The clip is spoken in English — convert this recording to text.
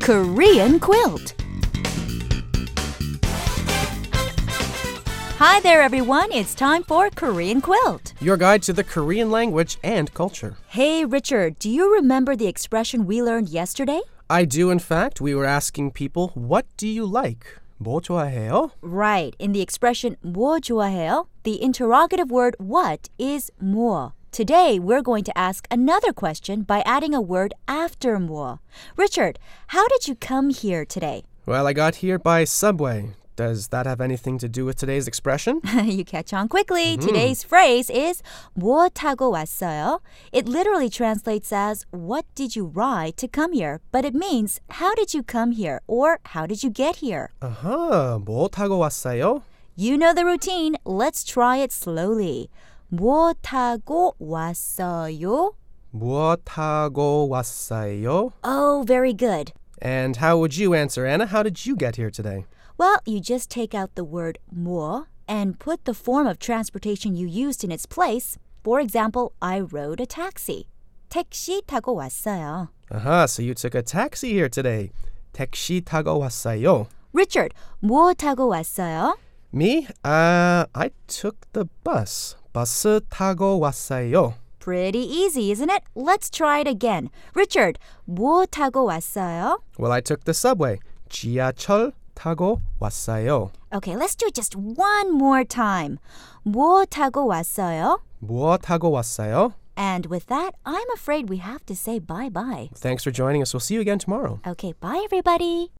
Korean quilt. Hi there, everyone. It's time for Korean quilt. Your guide to the Korean language and culture. Hey, Richard, do you remember the expression we learned yesterday? I do, in fact. We were asking people, what do you like? 뭐 좋아해요? Right. In the expression 뭐 좋아해요, the interrogative word what is 뭐. Today, we're going to ask another question by adding a word after 뭐. Richard, how did you come here today? Well, I got here by subway. Does that have anything to do with today's expression? you catch on quickly. Today's phrase is 뭐 타고 왔어요? It literally translates as what did you ride to come here? But it means how did you come here or how did you get here? 아하, "Uh-huh. 뭐 타고 왔어요? You know the routine. Let's try it slowly. 뭐 타고 왔어요? 뭐 타고 왔어요? Oh, very good. And how would you answer, Anna? How did you get here today? Well, you just take out the word 뭐 and put the form of transportation you used in its place. For example, I rode a taxi. 택시 타고 왔어요. Aha, "Uh-huh. so you took a taxi here today. 택시 타고 왔어요. Richard, 뭐 타고 왔어요? Me? Uh, I took the bus. 버스 타고 왔어요. Pretty easy, isn't it? Let's try it again. Richard, 뭐 타고 왔어요? Well, I took the subway. 지하철 타고 왔어요. Okay, let's do it just one more time. 뭐 타고 왔어요? 뭐 타고 왔어요? And with that, I'm afraid we have to say bye bye. Thanks for joining us. We'll see you again tomorrow. Okay, bye everybody.